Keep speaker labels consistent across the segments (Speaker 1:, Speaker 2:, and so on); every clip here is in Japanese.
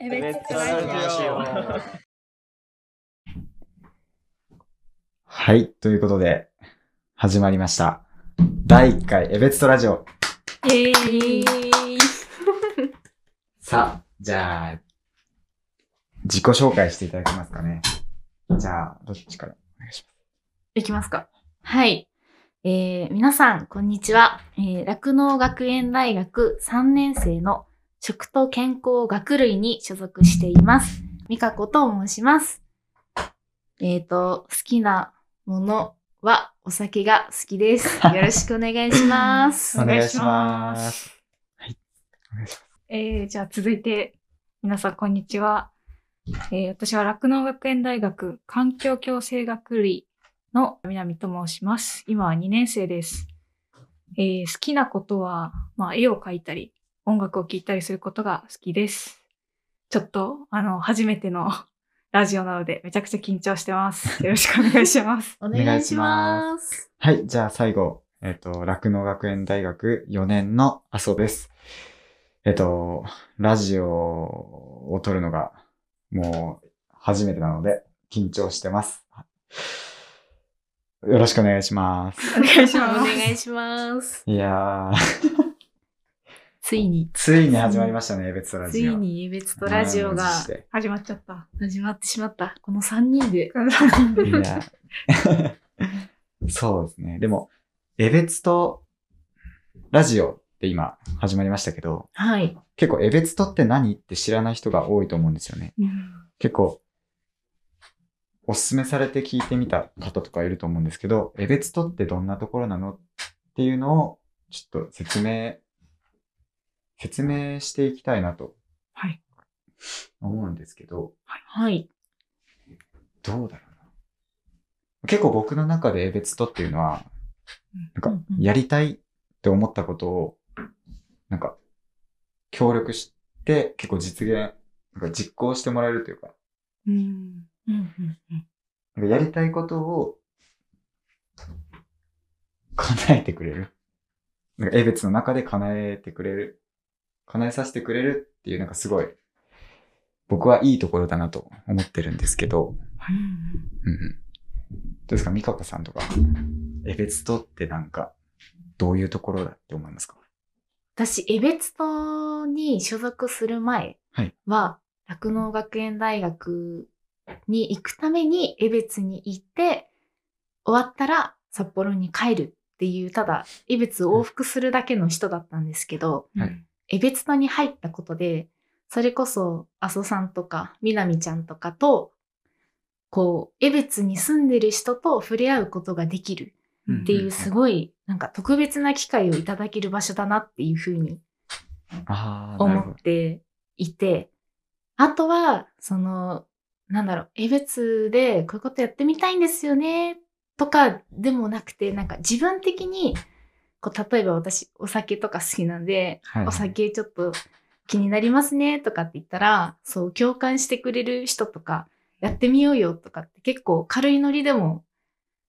Speaker 1: めっちゃ
Speaker 2: ラ
Speaker 1: ラ
Speaker 2: ジ
Speaker 1: ジ
Speaker 3: はい。ということで、始まりました。第1回、エベツトラジオ。
Speaker 1: オ。イェーイ。
Speaker 3: さあ、じゃあ、自己紹介していただけますかね。じゃあ、どっちからお願いし
Speaker 1: いきますか。はい。えー、皆さん、こんにちは。えー、酪農学園大学3年生の食と健康学類に所属しています。美香子と申します。えっ、と、好きなものはお酒が好き です。よろしくお願いします。
Speaker 3: ます。。
Speaker 4: 願いします
Speaker 3: はい。お願いします。
Speaker 4: えー、じゃあ続いて、皆さんこんにちは。えー、私は酪農学園大学環境共生学類の南と申します。今は2年生です。えー、好きなことは、まあ、絵を描いたり、音楽を聴いたりすることが好きです。ちょっと、あの、初めての ラジオなので、めちゃくちゃ緊張してます。よろしくお願いします。
Speaker 1: お。
Speaker 3: 願いしますはい。じゃあ、最後、えっ、と、酪農学園大学4年の阿蘇です。えっ、と、ラジオを撮るのが、もう、初めてなので、緊張してます。よろしくお願いします。
Speaker 4: お願い
Speaker 1: お
Speaker 4: します。
Speaker 1: 願いします。
Speaker 3: いやー、
Speaker 1: ついに、
Speaker 3: ついに始まりましたね、エベツトラ
Speaker 1: つ
Speaker 3: ジオ。
Speaker 1: いに、エベツとラジオが
Speaker 3: 満を持して
Speaker 4: 始まっちゃった。
Speaker 1: 始まってしまった。この3人で。
Speaker 3: いや。 そうですね。でも、エベツとラジオって今始まりましたけど、
Speaker 1: はい。
Speaker 3: 結構エベツとって何って知らない人が多いと思うんですよね。結構、おすすめされて聞いてみた方とかいると思うんですけど、エベツとってどんなところなのっていうのを、ちょっと説明、説明していきたいなと
Speaker 4: はい。
Speaker 3: 思うんですけど、
Speaker 1: はい。
Speaker 3: どうだろうな。結構僕の中で別とっていうのは、なん
Speaker 1: う
Speaker 3: か
Speaker 1: んうん、
Speaker 3: やりたいって思ったことを、なんか、協力して、結構実現、なんか実行してもらえるというか、
Speaker 4: うん。。
Speaker 1: うんうんうん
Speaker 3: なんかやりたいことを、叶えてくれる。なんか、エベツの中で叶えてくれる。叶えさせてくれるっていう、なんかすごい、僕はいいところだなと思ってるんですけど、うんうん。どうですか、美香子さんとか、エベツとってなんか、どういうところだって思いますか
Speaker 1: 私、エベツトに所属する前
Speaker 3: はい
Speaker 1: は、酪農、学園大学に行くためにエベツに行って、終わったら札幌に帰るっていう、ただ、エベツを往復するだけの人だったんですけど、
Speaker 3: はい
Speaker 1: エベツトに入ったことで、それこそ、阿蘇さんとか、みなみちゃんとかと、こう、エベツに住んでる人と触れ合うことができる
Speaker 3: うん
Speaker 1: っていう、すごい、なんか特別な機会をいただける場所だなっていうふうに
Speaker 3: ああ、なる
Speaker 1: 思
Speaker 3: ほど
Speaker 1: っ。ていて、あとは、その、なんだろう、エベツでこういうことやってみたいんですよね、とかでもなくて、なんか自分的に、こう、例えば私、お酒とか好きなんで、
Speaker 3: はい
Speaker 1: お酒ちょっと気になりますね、とかって言ったら、そう、共感してくれる人とか、やってみようよとかって結構軽いノリでも、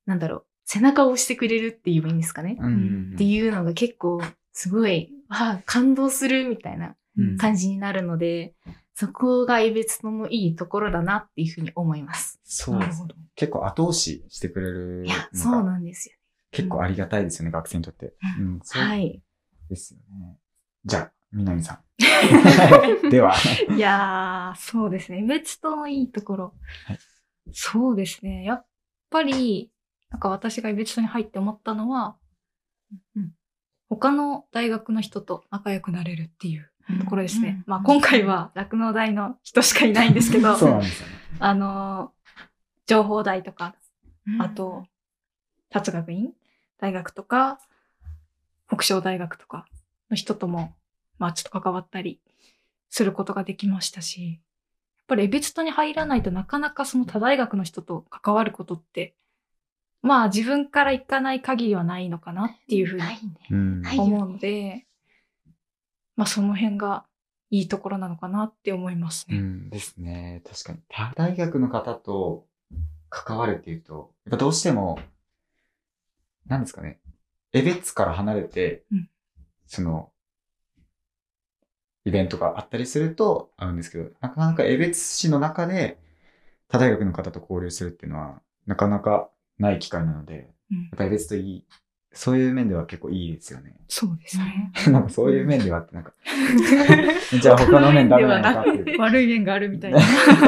Speaker 1: なんだろう、背中を押してくれるって言えばいいんですかね。
Speaker 3: うんうんうん
Speaker 1: っていうのが結構すごい、わあ、感動するみたいな感じになるので、そこがエベツのいいところだなっていうふうに思います。
Speaker 3: そう
Speaker 4: な
Speaker 3: で
Speaker 4: る
Speaker 3: す
Speaker 4: ほ
Speaker 3: ね。
Speaker 4: ど。
Speaker 3: 結構後押ししてくれる
Speaker 1: いや、そ
Speaker 3: の
Speaker 1: う
Speaker 3: が
Speaker 1: なんですよ。
Speaker 3: 結構ありがたいですよね、学生にとって。うん、そう
Speaker 1: はい。
Speaker 3: ですよね。じゃあ、みなみ さん。では、
Speaker 4: いやー、そうですね。別とのいいところ。
Speaker 3: はい
Speaker 4: そうですね。やっぱり、なんか私が別とに入って思ったのは、
Speaker 1: うん
Speaker 4: 他の大学の人と仲良くなれるっていうところですね。まあ今回は酪農大の人しかいないんですけど、
Speaker 3: そうなんですよね。
Speaker 4: あのー、情報大とか、
Speaker 1: うん、
Speaker 4: あと、達学院大学とか、北昇大学とかの人とも、まあちょっと関わったりすることができましたし、やっぱりエベツトに入らないとなかなかその他大学の人と関わることって、まあ自分から行かない限りはないのかなっていうふうに
Speaker 1: ないね。
Speaker 3: うん。
Speaker 1: はい
Speaker 4: 思うので、まあその辺がいいところなのかなって思います
Speaker 3: う
Speaker 4: ね。
Speaker 3: んですね。確かに。他大学の方と関わるっていうと、やっぱどうしても、なんですかね。エベツから離れて、
Speaker 4: うん
Speaker 3: その、イベントがあったりするとあるんですけど、なかなか江別市の中で他大学の方と交流するっていうのは、なかなかない機会なので、や
Speaker 4: うん
Speaker 3: っぱ江別といい、そういう面では結構いいですよね。
Speaker 4: そうですね。
Speaker 3: なんかそういう面ではって、なん か、じゃあ他の面ダメなのかっていう。
Speaker 4: 悪い面があるみたいな。
Speaker 3: やっ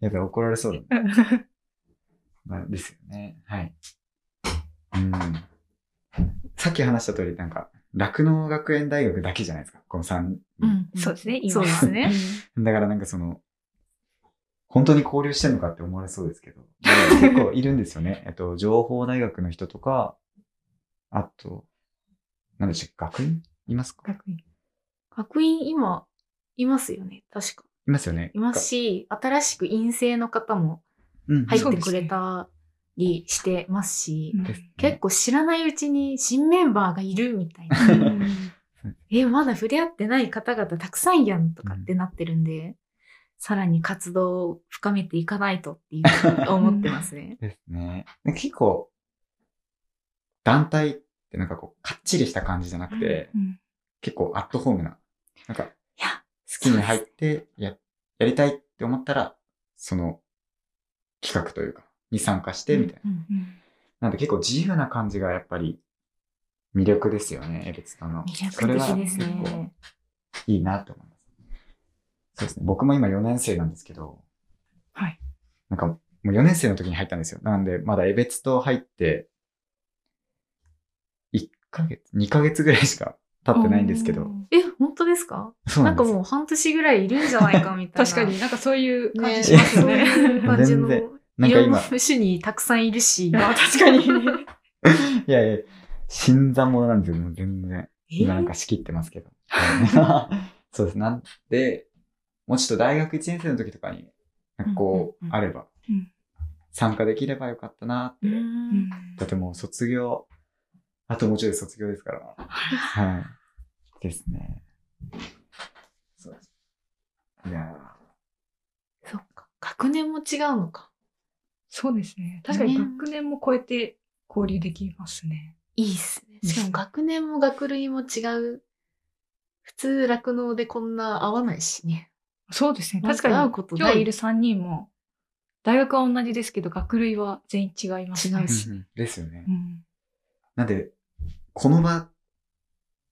Speaker 3: ぱり怒られそうだね。 まあ、ですよね。はい。うん。さっき話した通り、なんか、酪農学園大学だけじゃないですか、この3。
Speaker 1: うん。
Speaker 4: そうですね、今。
Speaker 1: そうですね。
Speaker 3: だからなんかその、本当に交流してんのかって思われそうですけど、でも結構いるんですよ ね。えっと、情報大学の人とか、あと、なんでしょう、学院いますか
Speaker 4: 学院
Speaker 1: 学院今、いますよね。確か。
Speaker 3: いますよね。
Speaker 1: いますし、新しく陰性の方も
Speaker 3: うん。
Speaker 1: 入
Speaker 4: そ
Speaker 1: っ
Speaker 4: う
Speaker 1: て
Speaker 4: です
Speaker 1: く
Speaker 4: ね
Speaker 1: れたりしてますし、
Speaker 3: です ね
Speaker 1: 結構知らないうちに新メンバーがいるみたいな。
Speaker 4: うん
Speaker 1: え、まだ触れ合ってない方々たくさんやんとかってなってるんで、さらに活動を深めていかないとっていうふうに思ってますね。
Speaker 3: ですね。で結構、団体ってなんかこう、かっちりした感じじゃなくて、
Speaker 4: うん
Speaker 3: 結構アットホームな、なんか、
Speaker 1: いや、
Speaker 3: 好きに入ってや、やりたいって思ったら、その、企画というか、に参加して、みたいな。
Speaker 1: うん
Speaker 4: うん
Speaker 3: なんで結構自由な感じがやっぱり、魅力ですよね、エベツさんの。
Speaker 1: 魅
Speaker 3: それは
Speaker 1: 力的です
Speaker 3: 結構
Speaker 1: ね。
Speaker 3: いいなと思います。そうですね。僕も今4年生なんですけど。
Speaker 4: はい。
Speaker 3: なんか、もう4年生の時に入ったんですよ。なんで、まだエベツと入って、1ヶ月、2ヶ月ぐらいしか経ってないんですけど。。
Speaker 1: え、本当ですか
Speaker 3: そう
Speaker 1: な
Speaker 3: なんん
Speaker 1: か
Speaker 3: ですよ。
Speaker 1: もう半年ぐらいいるんじゃないかみたいな。
Speaker 4: 確かになんかそういう
Speaker 1: ね。
Speaker 4: 感じしますよね。
Speaker 1: そういう 感じの。
Speaker 3: 全然な
Speaker 1: い
Speaker 3: んか
Speaker 1: ろんな
Speaker 3: 今、
Speaker 1: 種にたくさんいるし。
Speaker 4: まあ確か
Speaker 3: い
Speaker 4: に。
Speaker 3: やいや、新参者なんですよ、もう全然。今なんか仕切ってますけど。 そうです。なんで、もうちょっと大学1年生の時とかに、なんかこ
Speaker 1: うんう
Speaker 3: う、
Speaker 1: んうん
Speaker 3: あれば
Speaker 4: うん、
Speaker 3: 参加できればよかったな
Speaker 1: えーう
Speaker 4: うんん
Speaker 3: だってもう卒業、あともうちょいで卒業ですから。はい。ですね。そうです。いや
Speaker 1: そっか。学年も違うのか。
Speaker 4: そうですね。確かに学年も超えて交流できますね。
Speaker 1: いいっすね。しかも学年も学類も違う。普通、酪農でこんな合わないしね。
Speaker 4: そうですね。確か
Speaker 1: 会う
Speaker 4: に
Speaker 1: こと
Speaker 4: 今
Speaker 1: ない
Speaker 4: 日いる3人も大学は同じですけど学類は全員違いますね。
Speaker 1: 違うし
Speaker 3: ー、うんうんですよね
Speaker 4: う。ん
Speaker 3: なんで、この場、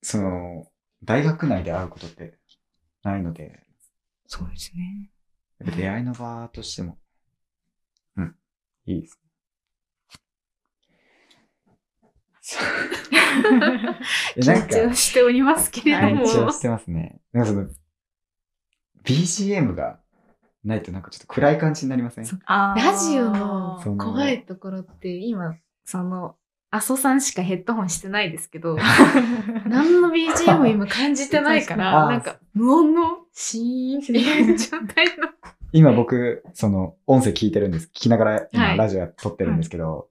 Speaker 3: その、大学内で会うことってないので、
Speaker 4: そうですね。
Speaker 3: やっぱ出会いの場としても、うん、いい です。えなん
Speaker 1: 緊
Speaker 3: か
Speaker 1: 張しておりますけれど
Speaker 3: 緊
Speaker 1: も。
Speaker 3: 張してますね。なんかその、BGM がないとなんかちょっと暗い感じになりません
Speaker 1: そ
Speaker 4: あー
Speaker 1: ラジオの
Speaker 3: その
Speaker 1: 怖いところって、今、その、阿蘇さんしかヘッドホンしてないです けど、何の BGM 今感じてないから、
Speaker 3: あー
Speaker 1: なんか無音のシーンっていう状態の。
Speaker 3: 今僕、その、音声聞いてるんです。聞きながら
Speaker 1: は
Speaker 3: 今
Speaker 1: い
Speaker 3: ラジオや撮ってるんですけど、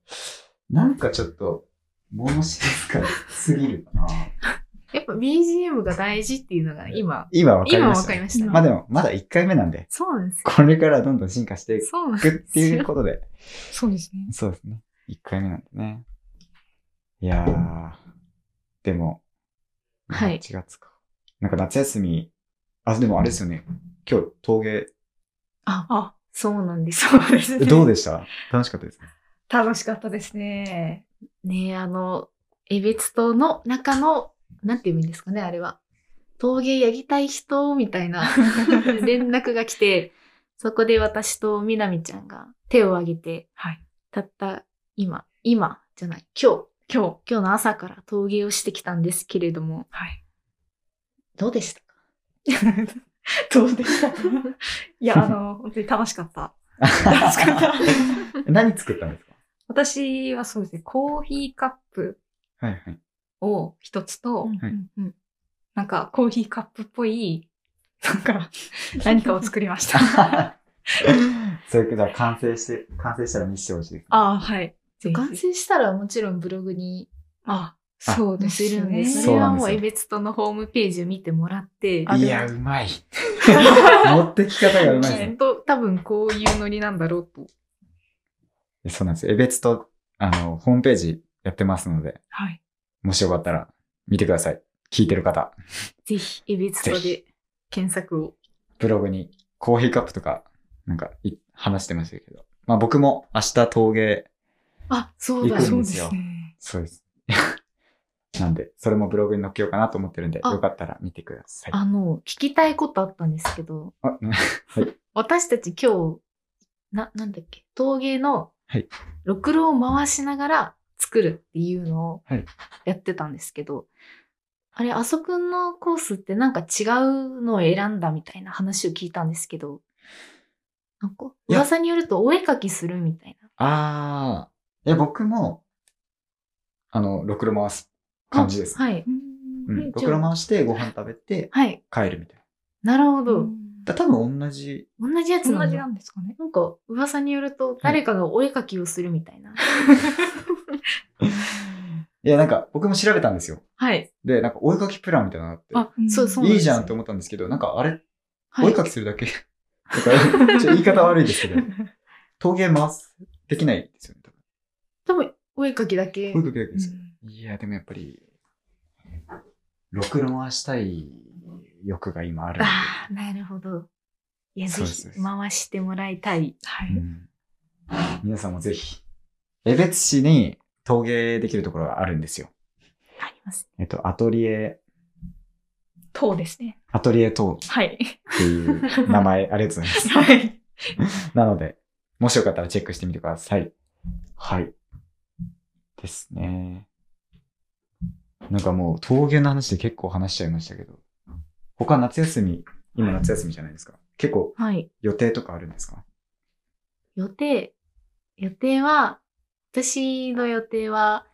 Speaker 3: なんかちょっと、物静かすぎるかな。
Speaker 1: やっぱ BGM が大事っていうのが今、
Speaker 3: 今わかり
Speaker 1: 今
Speaker 3: まし
Speaker 1: わ
Speaker 3: た
Speaker 1: か
Speaker 3: ね、
Speaker 1: りました。
Speaker 3: まあでも、まだ1回目なんで、
Speaker 1: そうなんですよ。
Speaker 3: これからどんどん進化してい
Speaker 1: そうなん
Speaker 3: くっ
Speaker 1: で
Speaker 3: て
Speaker 1: す
Speaker 3: いう
Speaker 1: よ。
Speaker 3: ことで。
Speaker 4: そうですね。
Speaker 3: そうですね。1回目なんでね。いやー、でも、
Speaker 1: はい
Speaker 3: 8月か。なんか夏休み、あ、でもあれですよね。今日、陶芸、
Speaker 4: あ、
Speaker 1: そうなんです
Speaker 4: そうですね。
Speaker 3: どうでした楽しかったですか
Speaker 4: 楽しかったですね。
Speaker 1: ねえ、あの、江別島の中の、なんていうんですかね、あれは。陶芸やりたい人、みたい な連絡が来て、そこで私とみなみちゃんが手を挙げて、
Speaker 4: はい。
Speaker 1: たった今、今じゃない、今日、
Speaker 4: 今日。
Speaker 1: 今日の朝から陶芸をしてきたんですけれども、
Speaker 4: はい。
Speaker 1: どうでしたか
Speaker 4: どうでした かいや、あの、本当に楽しか った。楽しかった。
Speaker 3: 何作ったんですか
Speaker 4: 私はそうですね、コーヒーカップ
Speaker 3: はいはい。
Speaker 4: を一つと、
Speaker 3: はい
Speaker 1: うん
Speaker 4: なんかコーヒーカップっぽい、なん か、何かを作りました。
Speaker 3: それから完成して、完成したら見せてほしいです。
Speaker 4: ああ、はい。
Speaker 1: うん完
Speaker 4: 完成
Speaker 1: 成したらもちろんブログに
Speaker 4: あ、そう
Speaker 1: 載
Speaker 4: で
Speaker 1: せ
Speaker 4: す
Speaker 1: るん
Speaker 4: ね。
Speaker 1: で、そ
Speaker 3: そう
Speaker 1: れ
Speaker 3: な
Speaker 1: は
Speaker 3: んです
Speaker 1: もう
Speaker 3: よ
Speaker 1: 江別島のホームページを見てもらって、
Speaker 4: あ
Speaker 3: い
Speaker 4: でも
Speaker 3: や、う まい。持ってき方がうまいです
Speaker 1: きっと多分こういうノリなんだろうと。
Speaker 3: ね。そうなんです。えべつと、あの、ホームページやってますので、
Speaker 4: はい。
Speaker 3: もしよかったら見てください。聞いてる方。
Speaker 1: ぜひ、エベツト
Speaker 3: ぜ
Speaker 1: で検索を。
Speaker 3: ブログにコーヒーカップとか、なんかい話してましたけど。まあ僕も明日陶芸、
Speaker 1: あ、そうだ。
Speaker 3: 行く
Speaker 4: そ
Speaker 3: ん
Speaker 4: う
Speaker 3: で
Speaker 4: です
Speaker 3: よ
Speaker 4: すね。
Speaker 3: そうです。 なんで、それもブログに載っけようかなと思ってるんで、
Speaker 1: あ
Speaker 3: よかったら見てください。
Speaker 1: あの、聞きたいことあったんですけど、
Speaker 3: あ、 ね
Speaker 1: 私たち今日、な、なんだっけ、陶芸の
Speaker 3: はい、
Speaker 1: ろくろを回しながら作るっていうのを
Speaker 3: はい
Speaker 1: やってたんですけど、あれ、あそくんのコースってなんか違うのを選んだみたいな話を聞いたんですけど、なんか、
Speaker 3: いや
Speaker 1: 噂によるとお絵描きするみたいな。
Speaker 3: あー。いや、僕も、あの、ろくろ回す感じです。
Speaker 1: あはい。
Speaker 3: う
Speaker 4: うん
Speaker 3: ん。ろくろ回して、ご飯食べて、
Speaker 1: はい。
Speaker 3: 帰るみたい
Speaker 1: なるほ
Speaker 4: う
Speaker 1: ど。
Speaker 4: ん
Speaker 3: な。だ多分同じ。
Speaker 1: 同じやつ
Speaker 4: 同
Speaker 1: なん
Speaker 4: じ
Speaker 1: だ
Speaker 4: なんですかね。
Speaker 1: なんか、噂によると、誰かがお絵描きをするみたいな。
Speaker 3: いや、なんか、僕も調べたんですよ。
Speaker 1: はい。
Speaker 3: で、なんか、お絵描きプランみたいなのがあっ
Speaker 1: あ、そう、そう
Speaker 3: て、い
Speaker 1: なんで
Speaker 3: い
Speaker 1: す
Speaker 3: じ
Speaker 1: よ
Speaker 3: ゃんと思ったんですけど、なんか、あれ、
Speaker 1: はい
Speaker 3: お絵描きするだけ。 なんか、ちょ言い方悪いですけど、陶芸回す、できないですよね、多
Speaker 1: 多分、 お絵描きだけ。
Speaker 3: 分。お絵描きだけ
Speaker 4: う
Speaker 3: ですよ。
Speaker 4: ん
Speaker 3: いや、でもやっぱり、ろくろ回したい欲が今あるんで。
Speaker 1: ああ、なるほど。いや、
Speaker 3: そ
Speaker 1: ぜ
Speaker 3: うです
Speaker 1: ひ回してもらいたい。
Speaker 4: は
Speaker 3: う
Speaker 4: い。
Speaker 3: ん皆さんもぜひ、江別市に陶芸できるところがあるんですよ。
Speaker 1: あります。
Speaker 3: えっと、アトリエ、
Speaker 4: 塔ですね。
Speaker 3: アトリエ等
Speaker 4: はい。
Speaker 3: っていう名 前、ありがとうございます。
Speaker 4: はい。
Speaker 3: なので、もしよかったらチェックしてみてください。はい。ですね。なんかもう陶芸の話で結構話しちゃいましたけど、他夏休み、今夏休みじゃないですか。結構
Speaker 1: はい。
Speaker 3: 予定とかあるんですか
Speaker 1: 予定、予定は、私の予定は、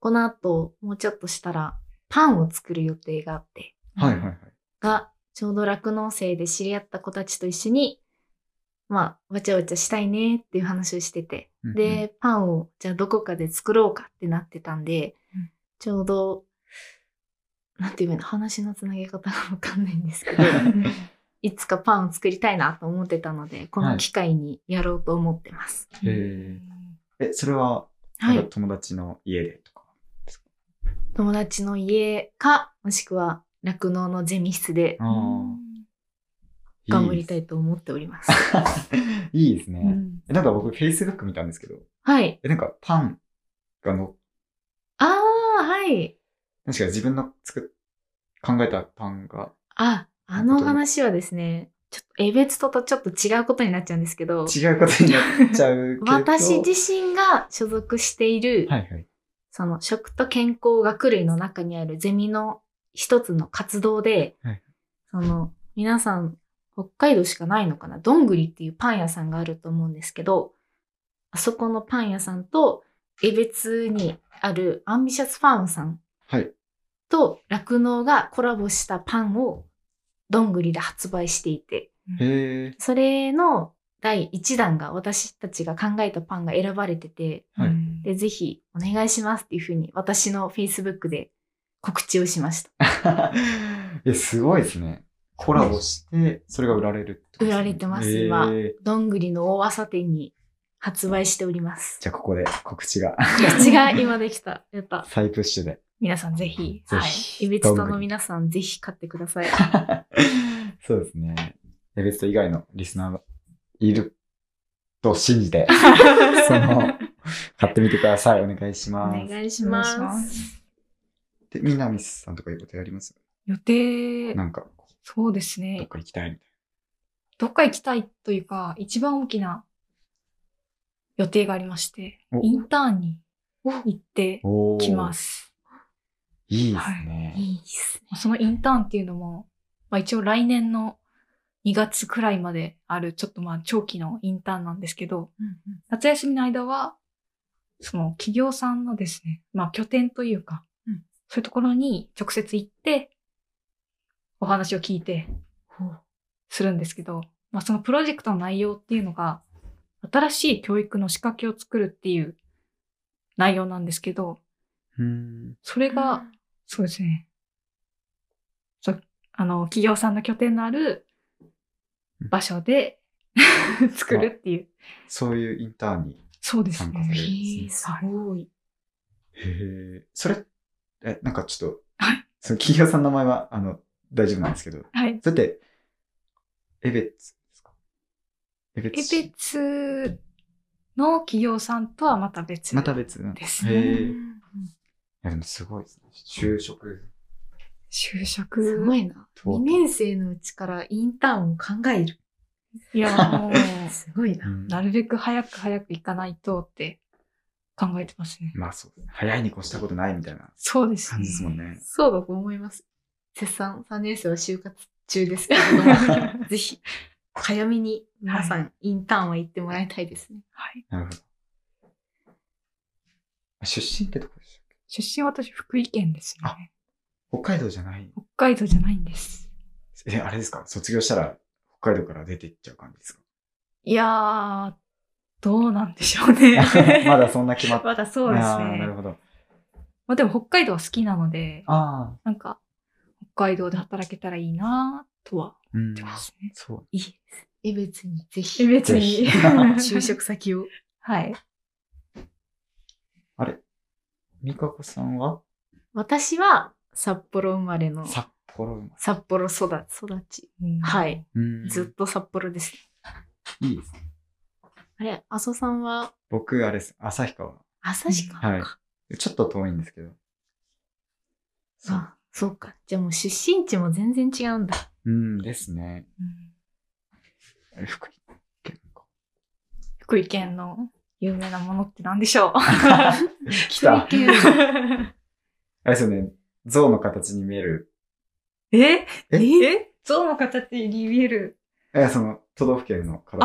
Speaker 1: この後、もうちょっとしたら、パンを作る予定があって、
Speaker 3: はいはいはい。
Speaker 1: が、ちょうど酪農生で知り合った子たちと一緒に、まあ、わちゃわちゃしたいねっていう話をしてて、で、パンを、じゃあどこかで作ろうかってなってたんで、
Speaker 4: うん
Speaker 1: ちょうど、なんていうの、話のつなげ方がわかんないんですけ
Speaker 3: う
Speaker 1: ど
Speaker 3: ん、うん、
Speaker 1: いつかパンを作りたいなと思ってたので、この機会にやろうと思ってます。
Speaker 3: へーえ、それは、
Speaker 1: はい。
Speaker 3: なんか友達の家でとか。
Speaker 1: 友達の家か、もしくは酪農のゼミ室で
Speaker 3: あーいい
Speaker 1: 頑張りたいと思っております。
Speaker 3: いいです
Speaker 4: う
Speaker 3: ね。
Speaker 4: ん
Speaker 3: えなんか僕、Facebook 見たんですけど、
Speaker 1: はい。
Speaker 3: え、なんかパンがの、
Speaker 1: ああ、はい。
Speaker 3: 確か自分の作っ、考えたパンが
Speaker 1: あ、あの話はですね、ちょっと、えべつととちょっと違うことになっちゃうんですけど、
Speaker 3: 違うことになっちゃうけど。
Speaker 1: 私自身が所属している、
Speaker 3: はいはい。
Speaker 1: その食と健康学類の中にあるゼミの一つの活動で、
Speaker 3: はい
Speaker 1: その皆さん北海道しかないのかなどんぐりっていうパン屋さんがあると思うんですけどあそこのパン屋さんと江別にあるアンビシャスファームさん
Speaker 3: はい。
Speaker 1: と酪農がコラボしたパンをどんぐりで発売していて
Speaker 3: へ え。
Speaker 1: それの第1弾が私たちが考えたパンが選ばれてて
Speaker 3: はい
Speaker 4: うん
Speaker 1: で、ぜひお願いしますっていうふうに私の Facebook で告知をしました。
Speaker 3: え、すごいですね。コラボして、それが売られるってことですね
Speaker 1: 売られてます
Speaker 3: へー
Speaker 1: 今どんぐりの大わさ店に発売しております。
Speaker 3: じゃあ、ここで告知が
Speaker 1: 告知が今できた。やった。
Speaker 3: 再プッシュで。
Speaker 4: 皆さんぜひ。
Speaker 3: ぜ
Speaker 4: はい。
Speaker 3: ひ。
Speaker 1: イベツ
Speaker 3: ど
Speaker 1: ト
Speaker 3: ん
Speaker 1: の
Speaker 3: ぐり
Speaker 1: 皆さんぜひ買ってください。
Speaker 3: そうですね。エベスト以外のリスナーがいると信じ て、その、買ってみてください。お願いし
Speaker 1: お
Speaker 3: ます。
Speaker 1: 願いします。
Speaker 4: お願いします
Speaker 3: で、南さんとかいうことやります
Speaker 4: 予定、
Speaker 3: なんか、
Speaker 4: そうです
Speaker 3: どっ
Speaker 4: ね。
Speaker 3: か行きたいみたい
Speaker 4: どっか行きたいというか、一番大きな予定がありまして
Speaker 3: お、
Speaker 4: インターンに行って
Speaker 3: な。お。
Speaker 4: きますす。
Speaker 3: いいですね。
Speaker 1: いいっすね。
Speaker 4: そのインターンっていうのも、まあ一応来年の2月くらいまである、ちょっとまあ長期のインターンなんですけど、夏休みの間は、その企業さんのですね、まあ拠点というか、
Speaker 1: うん
Speaker 4: そういうところに直接行って、お話を聞いて、するんですけど、まあそのプロジェクトの内容っていうのが、新しい教育の仕掛けを作るっていう内容なんですけど、
Speaker 3: うん。
Speaker 4: それが、そうですね。そう、あの、企業さんの拠点のある場所で 作るっていう。
Speaker 3: そういうインターンに。
Speaker 4: そうです
Speaker 3: 参加
Speaker 1: へ
Speaker 3: する
Speaker 4: ね。
Speaker 1: え、すごい。
Speaker 3: へえ。それ、え、なんかちょっと、
Speaker 4: はい
Speaker 3: その企業さんの名前は、あの、大丈夫なんですけど、
Speaker 4: はい。
Speaker 3: だって、エベッツですかエベッ
Speaker 4: エ
Speaker 3: ツ。
Speaker 4: ベツの企業さんとはまた別
Speaker 3: また別なん
Speaker 4: で
Speaker 3: い
Speaker 4: す
Speaker 3: へ
Speaker 4: ね。
Speaker 3: え
Speaker 1: うん
Speaker 3: や、でもすごいですね。就職。
Speaker 4: 就
Speaker 1: す
Speaker 4: 職
Speaker 1: ご。いな。
Speaker 3: と
Speaker 1: 2年生のうちからインターンを考える。
Speaker 4: いや、もう、
Speaker 1: すごいな。
Speaker 3: うん
Speaker 4: なるべく早く早く行かないとって考えてますね。
Speaker 3: まあそうですね。早いに越したことないみたいな
Speaker 4: そうです
Speaker 3: 感
Speaker 4: ね
Speaker 3: じ。ですもんね。
Speaker 1: そうだと思います。絶賛3年生は就活中ですけれど も、ぜひ、早めに皆さん、インターンは行ってもらいたいですね。
Speaker 4: はい。
Speaker 3: なるほど。あ出身ってどこでしたっけ
Speaker 4: 出身は私、福井県ですね。
Speaker 3: 北海道じゃない。
Speaker 4: 北海道じゃないんです。
Speaker 3: え、あれですか卒業したら北海道から出ていっちゃう感じです か。
Speaker 4: いやー、どうなんでしょうね
Speaker 3: まだそんな決まって。
Speaker 4: まだそうです
Speaker 3: あーなる
Speaker 4: ね。
Speaker 3: ほど。
Speaker 4: まあでも北海道は好きなので、
Speaker 3: ああ。
Speaker 4: なんか、北海道で働けたらいいなと は
Speaker 3: うん
Speaker 4: 思って。ますね。
Speaker 3: そう。
Speaker 1: いいです。江別にぜひ、
Speaker 4: 別
Speaker 3: に
Speaker 4: に。
Speaker 1: 就職先を。
Speaker 4: はい。
Speaker 3: あれ美香子さんは
Speaker 1: 私は、札幌生まれの、
Speaker 3: 札幌生ま
Speaker 1: 札幌育ち。育ち。
Speaker 4: い。
Speaker 1: はい。
Speaker 3: れ。うん
Speaker 1: ずっと札幌です。
Speaker 3: いいですね。
Speaker 1: あれ、阿蘇さんは、
Speaker 3: 僕、あれです。旭川。
Speaker 1: 旭川か。
Speaker 3: はいちょっと遠いんですけど。そう。
Speaker 1: あ、そうか。じゃあもう出身地も全然違うんだ。
Speaker 3: うんですね。
Speaker 4: うん
Speaker 3: あれ福井県か。
Speaker 4: 福井県の有名なものって何でしょう
Speaker 3: 来た。
Speaker 1: 福井
Speaker 3: あ
Speaker 1: 県
Speaker 3: れですよね。象の形に見える。
Speaker 4: え
Speaker 3: え
Speaker 4: え象の形に見える。
Speaker 3: え、その、都道府県の形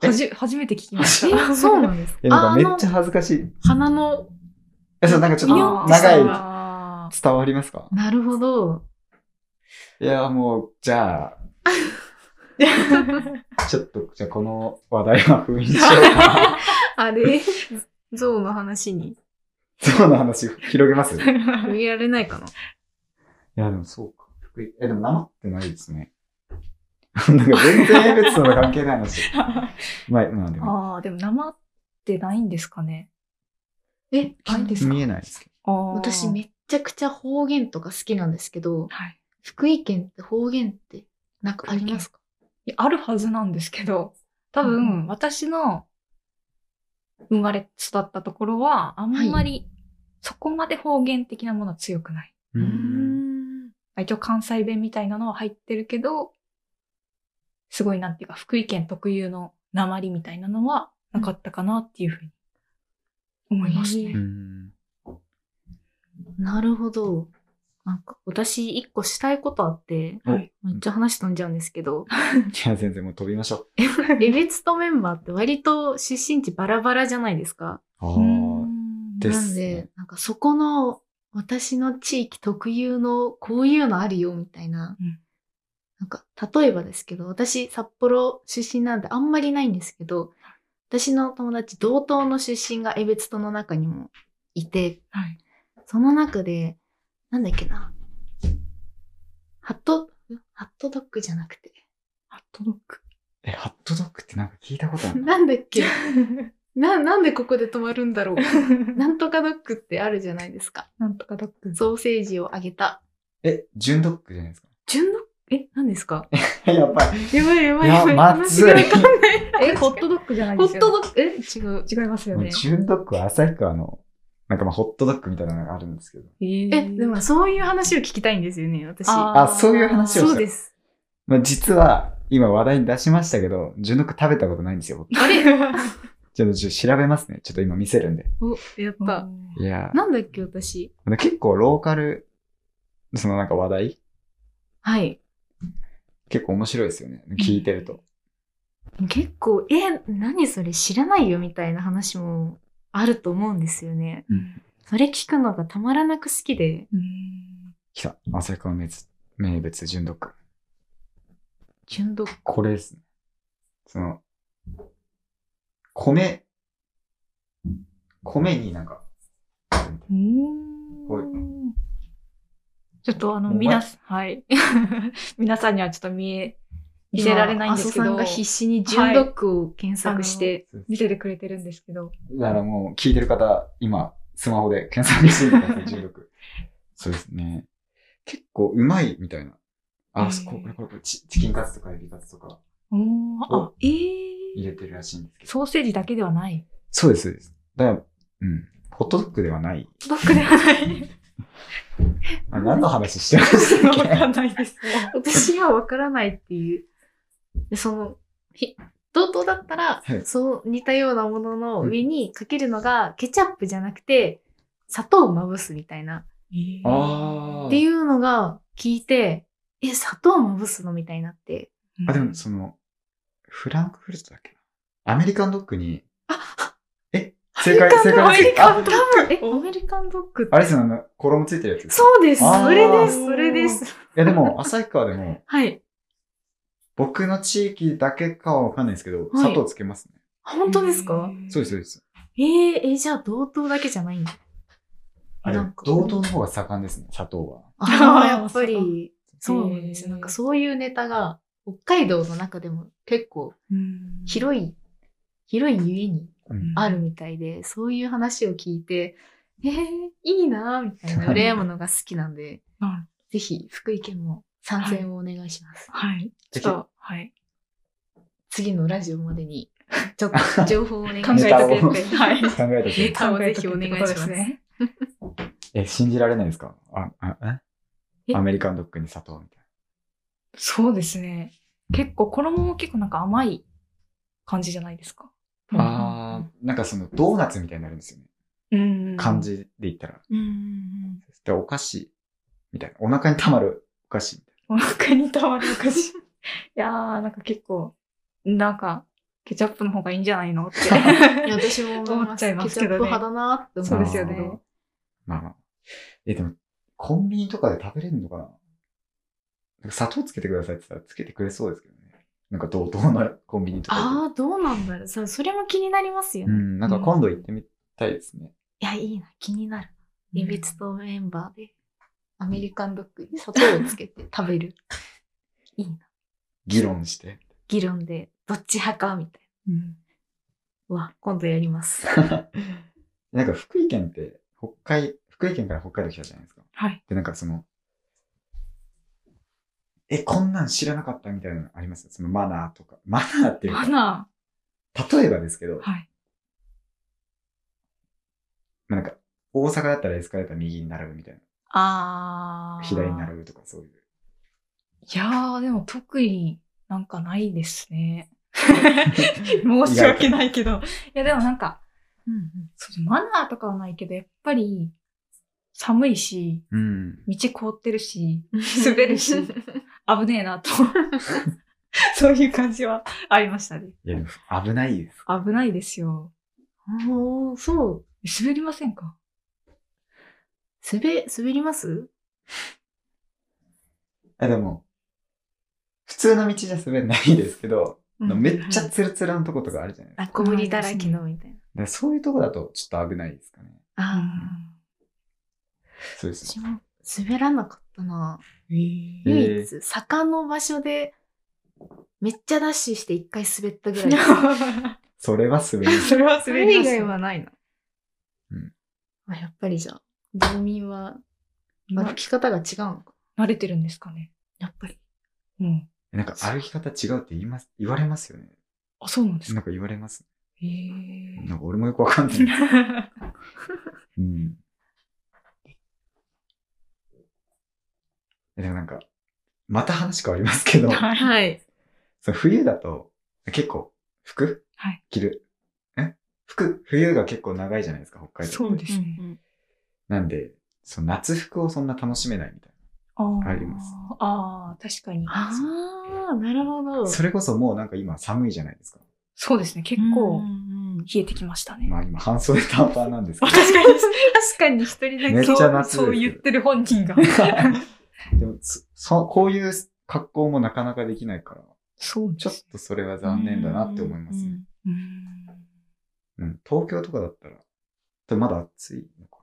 Speaker 4: あ。はじ、初めて聞きまし
Speaker 1: え
Speaker 4: た。
Speaker 1: そうなん ですか
Speaker 3: え、
Speaker 1: あ
Speaker 3: なんか
Speaker 1: あ
Speaker 3: めっ
Speaker 1: の
Speaker 3: ちゃ、恥ずかしい。
Speaker 1: 花の、
Speaker 3: え、そう、なんかちょっ
Speaker 1: 微
Speaker 3: と
Speaker 1: 妙でした
Speaker 3: 長い。
Speaker 4: あー
Speaker 3: 伝わりますか
Speaker 1: なるほ ど。
Speaker 3: いや、もう、じゃあ、ちょっと、じゃあこの話題は封印しようか
Speaker 1: あれ 象の話 に
Speaker 3: な。象の話広げますい
Speaker 1: 触れられないかな
Speaker 3: や、でもそうか。福井え、でも生ってないですね。 なんか全然別との関係ない話。まあ、まあでも。
Speaker 4: あー、でも生ってないんですかね。
Speaker 1: え、
Speaker 4: あれですか
Speaker 3: 見えないですけど。
Speaker 4: あー
Speaker 1: 私めっちゃくちゃ方言とか好きなんですけど、
Speaker 4: はい。
Speaker 1: 福井県って方言ってなんかありますか
Speaker 4: いやあるはずなんですけど、多
Speaker 1: う
Speaker 4: 分、私の生まれ育ったところは、あんまり、そこまで方言的なものは強くない。
Speaker 3: う
Speaker 1: うー
Speaker 3: ん。
Speaker 1: ん。
Speaker 4: 一応関西弁みたいなのは入ってるけど、すごいなんていうか、福井県特有の鉛みたいなのはなかったかなっていうふうに思います
Speaker 1: へ
Speaker 4: ね
Speaker 1: え。
Speaker 3: ん。
Speaker 1: なるほど。なんか私一個したいことあって、
Speaker 4: はい
Speaker 1: めっちゃ話飛んじゃうんですけど、
Speaker 3: いや、全然もう飛びましょう。
Speaker 1: レベツとメンバーって割と出身地バラバラじゃないですか。
Speaker 3: あ
Speaker 4: うー
Speaker 3: ー
Speaker 4: ん
Speaker 3: で
Speaker 1: なん
Speaker 3: す
Speaker 1: で
Speaker 3: ね、
Speaker 1: なんかそこの私の地域特有のこういうのあるよみたいな。
Speaker 4: うん
Speaker 1: なんか例えばですけど、私札幌出身なんであんまりないんですけど、私の友達同等の出身が江別との中にもいて、
Speaker 4: はい
Speaker 1: その中で、なんだっけな。ハット、ハットドッグじゃなくて。
Speaker 4: ハットドッグ。
Speaker 3: え、ハットドッグってなんか聞いたことある。
Speaker 1: なんだっけな、なんでここで止まるんだろう。なんとかドッグってあるじゃないですか。
Speaker 4: なんとかドッグ。
Speaker 1: ソーセージをあげた。
Speaker 3: え、純ドッグじゃないですか。
Speaker 1: 純の、え、何ですか
Speaker 3: やっぱり。
Speaker 1: やばいやば
Speaker 3: い
Speaker 1: い
Speaker 3: や
Speaker 1: やばい。
Speaker 3: まずい
Speaker 1: 話がわかんない
Speaker 4: え、ホットドッグじゃない
Speaker 1: ホ
Speaker 4: で
Speaker 1: ッ
Speaker 4: すよ、
Speaker 1: ト
Speaker 4: ね。
Speaker 1: ドッグ、え、違う。
Speaker 4: 違いますよ
Speaker 3: もう
Speaker 4: ね。
Speaker 3: 純ドッグは旭川の、なんかまあホットドッグみたいなのがあるんですけど。
Speaker 1: え、でもそういう話を聞きたいんですよね、私。
Speaker 3: あそういう話をした
Speaker 1: そうです。
Speaker 3: まあ実は、今話題に出しましたけど、純ドッグ食べたことないんですよ、僕
Speaker 1: あ れ
Speaker 3: ちょっとちょっと調べますね。ちょっと今見せるんで。
Speaker 1: お、やっ
Speaker 4: う
Speaker 1: た。
Speaker 4: ん
Speaker 3: いや
Speaker 1: なんだっけ、私。
Speaker 3: ー結構ローカル、そのなんか話題、
Speaker 1: はい。
Speaker 3: 結構面白いですよね。聞いてると。
Speaker 1: 結構、え、何それ知らないよみたいな話もあると思うんですよね。
Speaker 3: うん
Speaker 1: それ聞くのがたまらなく好きで。
Speaker 4: うん
Speaker 3: 来た。旭川名物、名物純ドッグ。
Speaker 1: 純度。
Speaker 3: これですね。その、米、米になんか、
Speaker 4: うーん
Speaker 3: はい
Speaker 4: ちょっとあの、
Speaker 3: お前
Speaker 4: 皆さん、はい。 皆さんにはちょっと見え、見せられないんですけ
Speaker 1: 今阿蘇さ
Speaker 4: ど
Speaker 1: んが、必死に純ドッグを検索して、
Speaker 4: 見せてくれてるんですけど、
Speaker 3: だからもう聞いてる方、今、スマホで検索してみてください、16。そうですね。結構うまいみたいな。
Speaker 4: へー
Speaker 3: あ、そこ、これこれこれチ、チキンカツとかエビカツとか
Speaker 4: おーあ
Speaker 3: お、
Speaker 4: ええ
Speaker 3: 入れてるらしいんですけど。
Speaker 4: ソーセージだけではない。
Speaker 3: そうです、そうです。だから、うん。ホットドッグではない。
Speaker 4: ドッグではない。
Speaker 3: あ何の話してましたっ
Speaker 4: わか
Speaker 3: け
Speaker 4: んないです。
Speaker 1: 私はわからないっていう。でその、ひ同等だったら、
Speaker 3: はい
Speaker 1: そう似たようなものの上にかけるのが、ケチャップじゃなくて、砂糖をまぶすみたいな。
Speaker 3: あー
Speaker 1: っていうのが聞いて、え、砂糖をまぶすのみたいになって。
Speaker 3: あ、でも、その、フランクフルトだっけなアメリカンドッグに、え正解、正
Speaker 4: アメ
Speaker 3: 解
Speaker 4: リ
Speaker 3: です。あ
Speaker 4: カンド
Speaker 1: 多分、え、
Speaker 4: お
Speaker 1: アメリカンドッグって
Speaker 3: あれですよ、あの、衣ついてるやつです。
Speaker 1: そうです
Speaker 3: あー
Speaker 1: それですそれです
Speaker 3: いやでも、旭川でも、
Speaker 1: はい。
Speaker 3: 僕の地域だけかはわかんないですけど、
Speaker 1: い
Speaker 3: 砂糖つけますね。
Speaker 1: あ本当ですか
Speaker 3: そうです、そうです。
Speaker 1: えー、えー、じゃあ同等だけじゃないんだ。
Speaker 3: あれ
Speaker 1: なんか、
Speaker 3: 同等の方が盛んですね、砂糖は。
Speaker 1: ああ、
Speaker 4: あー
Speaker 1: やっぱり。そうなんですよ。
Speaker 4: へー
Speaker 1: なんかそういうネタが、北海道の中でも結構
Speaker 4: うん
Speaker 1: 広い、広いゆえに
Speaker 3: うん
Speaker 1: あるみたいで、そういう話を聞いて、えー、いいなーみたいな、羨むのが好きなんで、
Speaker 4: なる
Speaker 1: ぜひ、福井県も参戦をお願いします。
Speaker 4: はい。ちょっと、はい。
Speaker 1: 次のラジオまで に、ちょっと情報をお願いし
Speaker 4: 考
Speaker 1: ま
Speaker 4: え
Speaker 1: す。
Speaker 4: ておいて。はい。
Speaker 3: 考えたけど
Speaker 1: タをぜひお願いします
Speaker 4: ね。
Speaker 3: え、信じられないですかあ、あ、
Speaker 1: え
Speaker 3: えアメリカンドッグに砂糖みたい
Speaker 4: そうですね。結構、衣も結構なんか甘い感じじゃないですか。
Speaker 3: な。ああ、なんかそのドーナツみたいになるんですよね。
Speaker 4: うん。
Speaker 3: 感。じで言ったら。
Speaker 1: うんうんうん。
Speaker 3: でお菓子みたいな。お腹に溜まるお菓子みたい
Speaker 4: お腹にたまるお菓 子。いやー、なんか結構、なんか、ケチャップの方がいいんじゃない のって。
Speaker 1: いや、私も思い
Speaker 4: 思っ
Speaker 1: ま
Speaker 4: ちゃ
Speaker 1: す。
Speaker 4: いま
Speaker 1: ケ
Speaker 4: す
Speaker 1: チ
Speaker 4: け
Speaker 1: ャッ
Speaker 4: どね
Speaker 1: プ派だなって
Speaker 3: な。
Speaker 1: 思
Speaker 4: そ
Speaker 1: い
Speaker 4: うで
Speaker 1: ますす
Speaker 4: よ
Speaker 1: よ
Speaker 4: ね
Speaker 1: ね。
Speaker 3: まあまあ。え、でも、コンビニとかで食べれるのかななんか砂糖つけてくださいって言ったらつけてくれそうですけどね。なんか同等のコンビニとかで。
Speaker 1: ああ、どうなんだろう。そそれも気になりますよ
Speaker 3: う
Speaker 1: ね。い
Speaker 3: ん、なんか今度行ってみたいですね。
Speaker 1: や、いいな。気になる。
Speaker 4: うん
Speaker 1: リベツとメンバーで、アメリカンドッグに砂糖をつけ て食べる。いいな。
Speaker 3: 議論して。
Speaker 1: 議論で、どっち派かみたい
Speaker 4: うん
Speaker 1: な。うわ、今度やります。
Speaker 3: なんか福井県って、北海、福井県から北海道来たじゃないですか。
Speaker 4: はい。
Speaker 3: で、なんかその、え、こんなん知らなかったみたいなのありますそのマナーとか。マナーっていう
Speaker 4: マ
Speaker 3: か、
Speaker 4: ナ
Speaker 3: 例えばですけど
Speaker 4: ー。、はい。
Speaker 3: まあなんか、大阪だったらエスカレーター右に並ぶみたい
Speaker 4: あ
Speaker 3: な。
Speaker 4: ー。
Speaker 3: 左に並ぶとかそういう。
Speaker 4: いやー、でも特になんかないですね。申し訳ないけど。いや、でもなんか、
Speaker 1: うんうん
Speaker 4: そうですマナーとかはないけど、やっぱり、寒いし、
Speaker 3: うん。
Speaker 4: 道凍ってるし、 滑るし危ねえなと。そういう感じはありましたね。
Speaker 3: いや、でも危ないです。
Speaker 4: 危ないですよ。
Speaker 1: おー、そう。
Speaker 4: 滑りませんか
Speaker 1: 滑、滑ります
Speaker 3: え、でも、普通の道じゃ滑んないですけど、めっちゃツルツルのとことかあるじゃないです
Speaker 1: あ、小ぶりだらけのみたいな。
Speaker 3: か。でそういうとこだとちょっと危ないですかね。
Speaker 1: ああ、
Speaker 3: そうですね。
Speaker 1: 私も滑らなかったな。
Speaker 4: えー
Speaker 3: え
Speaker 1: 唯一、坂の場所で、めっちゃダッシュして一回滑った ぐらい。
Speaker 3: それは 滑ります。
Speaker 4: それは
Speaker 1: それ
Speaker 4: 滑り
Speaker 1: 以
Speaker 4: ま
Speaker 1: 外
Speaker 4: す
Speaker 1: はないな。
Speaker 3: うん
Speaker 1: あやっぱりじゃあ、道民は、歩
Speaker 4: な
Speaker 1: き方が違うのか。
Speaker 4: 慣れてるんですかね。
Speaker 1: やっぱり。
Speaker 4: うん。
Speaker 3: なんか歩き方違うって言います、言われますよね。
Speaker 4: あ、そうなんです
Speaker 3: な
Speaker 4: か。
Speaker 3: んか言われます。
Speaker 4: へえ
Speaker 3: なんか俺もよくわかんない。うん。でもなんか、また話変わりますけど、
Speaker 4: はい。
Speaker 1: い。
Speaker 3: そう冬だと結構服、
Speaker 4: はい
Speaker 3: 着る。え服、冬が結構長いじゃないですか、北海道。
Speaker 4: そうですね。
Speaker 3: なんで、そう夏服をそんな楽しめないみたい
Speaker 4: あー
Speaker 3: あります。
Speaker 4: あー確かに。
Speaker 1: ああ、なるほど。
Speaker 3: な。それこそもうなんか今寒いじゃないですか。
Speaker 4: そうですね。結
Speaker 1: うん
Speaker 4: 構
Speaker 1: うんうん
Speaker 4: 冷えてきましたね。
Speaker 3: まあ今半袖短パンなんですけど。
Speaker 4: 確かに。
Speaker 1: 確かに一人だけ。
Speaker 3: めっちゃ夏です
Speaker 4: そうそう言ってる本人が。
Speaker 3: でもそそ、こういう格好もなかなかできないから、
Speaker 4: そう
Speaker 3: ちょっとそれは残念だなって思いますね。
Speaker 4: うーん
Speaker 3: うん、東京とかだったら、でもまだ暑いのか。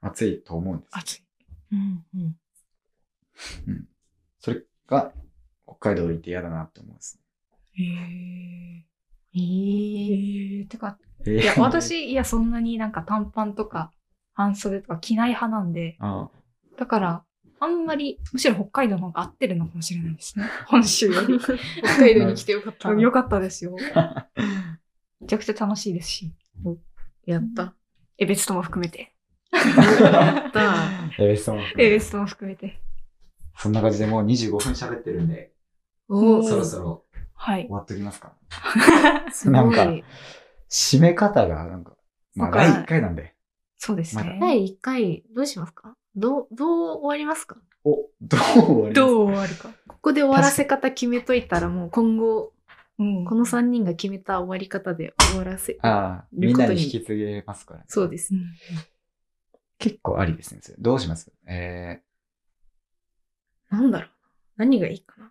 Speaker 3: 暑いと思うんです。
Speaker 4: 暑い。
Speaker 1: うんうん。
Speaker 3: それが、北海道行って嫌だなって思うんです。
Speaker 4: へえ。
Speaker 1: ええ。
Speaker 4: へえ。てか、
Speaker 3: え
Speaker 4: いや、
Speaker 3: ー
Speaker 4: 私、いや、そんなになんか短パンとか半袖とか着ない派なんで、
Speaker 3: あ
Speaker 4: だから、あんまり、むしろ北海道の方が合ってるのかもしれないですね。 本州より。
Speaker 1: 北海道に来てよかった。
Speaker 4: よかったですよ。めちゃくちゃ楽しいですし、
Speaker 1: やった。
Speaker 4: エベツとも含めて。
Speaker 1: やった。
Speaker 3: エベストも含め
Speaker 4: エ
Speaker 3: て
Speaker 4: ベツとも含めて。
Speaker 3: そんな感じでもう25分喋ってるんで、
Speaker 1: お
Speaker 4: うん
Speaker 3: そ
Speaker 1: ー
Speaker 3: ろそろ
Speaker 4: はい
Speaker 3: 終。わっときますか。
Speaker 1: す
Speaker 3: な
Speaker 1: ご
Speaker 3: んか
Speaker 1: い。
Speaker 3: 締め方が、なんか、まあ、
Speaker 4: わから
Speaker 3: 第
Speaker 4: ない
Speaker 3: 1回なんで、
Speaker 4: そうですね。
Speaker 1: 第1回、どうしますかどう、どう終わりますか
Speaker 3: お、どう終わります
Speaker 4: どう終わるか。
Speaker 1: ここで終わらせ方決めといたらもう今後、
Speaker 4: うん。
Speaker 1: この3人が決めた終わり方で終わらせ。
Speaker 3: ああ、みんなに引き継げますから。
Speaker 1: そうです
Speaker 4: う
Speaker 1: ね。
Speaker 4: ん
Speaker 3: 結構ありですね。それどうしますえ
Speaker 1: なんだろう。何がいいかな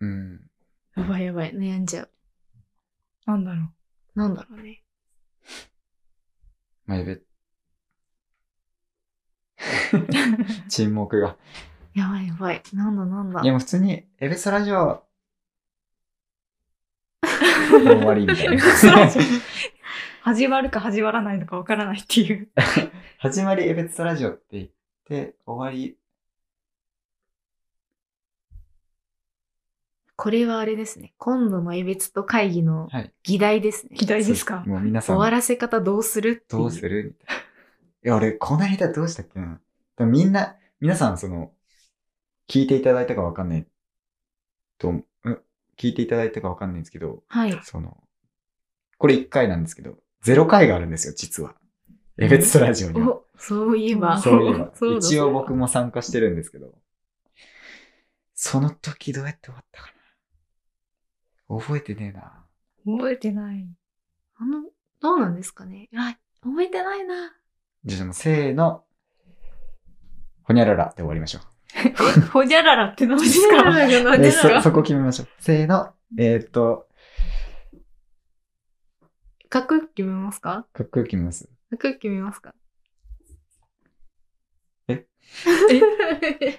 Speaker 3: ー、うん。
Speaker 1: やばいやばい、悩んじゃう。
Speaker 4: なんだろう。
Speaker 1: なんだろうね。
Speaker 3: まあ、 やべ。沈黙が。
Speaker 1: やばいやばい。なんだなんだ
Speaker 3: いや、。もう普通に、エベスラジ オ、もう終わりみたいな。
Speaker 4: 始まるか始まらないのかわからないっていう。
Speaker 3: 始まりエベツラジオって言って、終わり、
Speaker 1: これはあれですね。今度のエベツと会議の
Speaker 3: はい
Speaker 1: 議題ですね。
Speaker 4: 議題ですか
Speaker 3: もう皆さ
Speaker 1: 終わ
Speaker 3: ん、
Speaker 1: らせ方どうするっていう
Speaker 3: どうするみたいな。いや、俺、この間どうしたっけな。でもみんな、皆さん、その、聞いていただいたかわかんない、と、うん聞いていただいたかわかんないんですけど、
Speaker 1: はい。
Speaker 3: その、これ1回なんですけど、0回があるんですよ、実は。エベツラジオには。
Speaker 1: お、そういえば。
Speaker 3: そういえば
Speaker 1: そうだ
Speaker 3: 一応僕も参加してるんですけど、その時どうやって終わったかな。覚えてねえな。
Speaker 4: 覚えてない。
Speaker 1: あの、どうなんですかね。あ、覚えてないな。
Speaker 3: じゃあでも、せーの。ほにゃららで終わりましょ
Speaker 4: ほじゃららって何です
Speaker 1: 覚
Speaker 4: か
Speaker 1: えてな
Speaker 3: う。
Speaker 1: いな
Speaker 3: えそ、そこ決めましょう。せーの。えーっと、
Speaker 1: かっこよく決めますか
Speaker 3: かっこよく決めます。
Speaker 1: かっこよく決めますか
Speaker 3: え
Speaker 1: え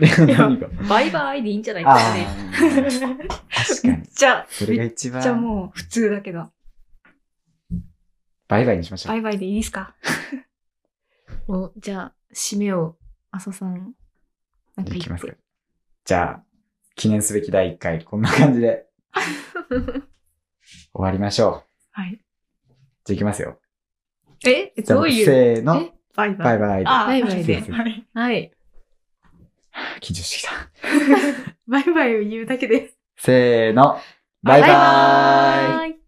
Speaker 3: 何が
Speaker 4: バイバイでいいんじゃないですか
Speaker 3: あ
Speaker 4: ね。
Speaker 3: ー 確か
Speaker 4: めっ
Speaker 3: に。
Speaker 4: ちゃ、
Speaker 3: それが一
Speaker 4: めっちゃ
Speaker 3: 番、
Speaker 4: もう普通だけど。
Speaker 3: バイバイにしましょ
Speaker 4: バ
Speaker 3: う。
Speaker 4: イバイでいいですか
Speaker 1: お、じゃあ、締めを、浅さん、なんか
Speaker 3: い
Speaker 1: 言
Speaker 3: きま
Speaker 1: っ
Speaker 3: すか
Speaker 1: て。。
Speaker 3: じゃあ、記念すべき第1回、こんな感じ で終わりましょう。
Speaker 4: はい。
Speaker 3: じゃあ、いきますよ。
Speaker 4: え
Speaker 3: じゃあ
Speaker 4: どういう
Speaker 3: せーの
Speaker 1: え。
Speaker 4: バイ
Speaker 3: バ
Speaker 4: バ
Speaker 3: イ
Speaker 4: イ。
Speaker 3: バイ。
Speaker 4: あ
Speaker 1: バイバイで
Speaker 4: はい
Speaker 1: はい。
Speaker 3: 緊張してきた。
Speaker 1: バイバイを言うだけです。
Speaker 3: せーの。バイバ
Speaker 1: バ
Speaker 3: イ。
Speaker 1: イバーイ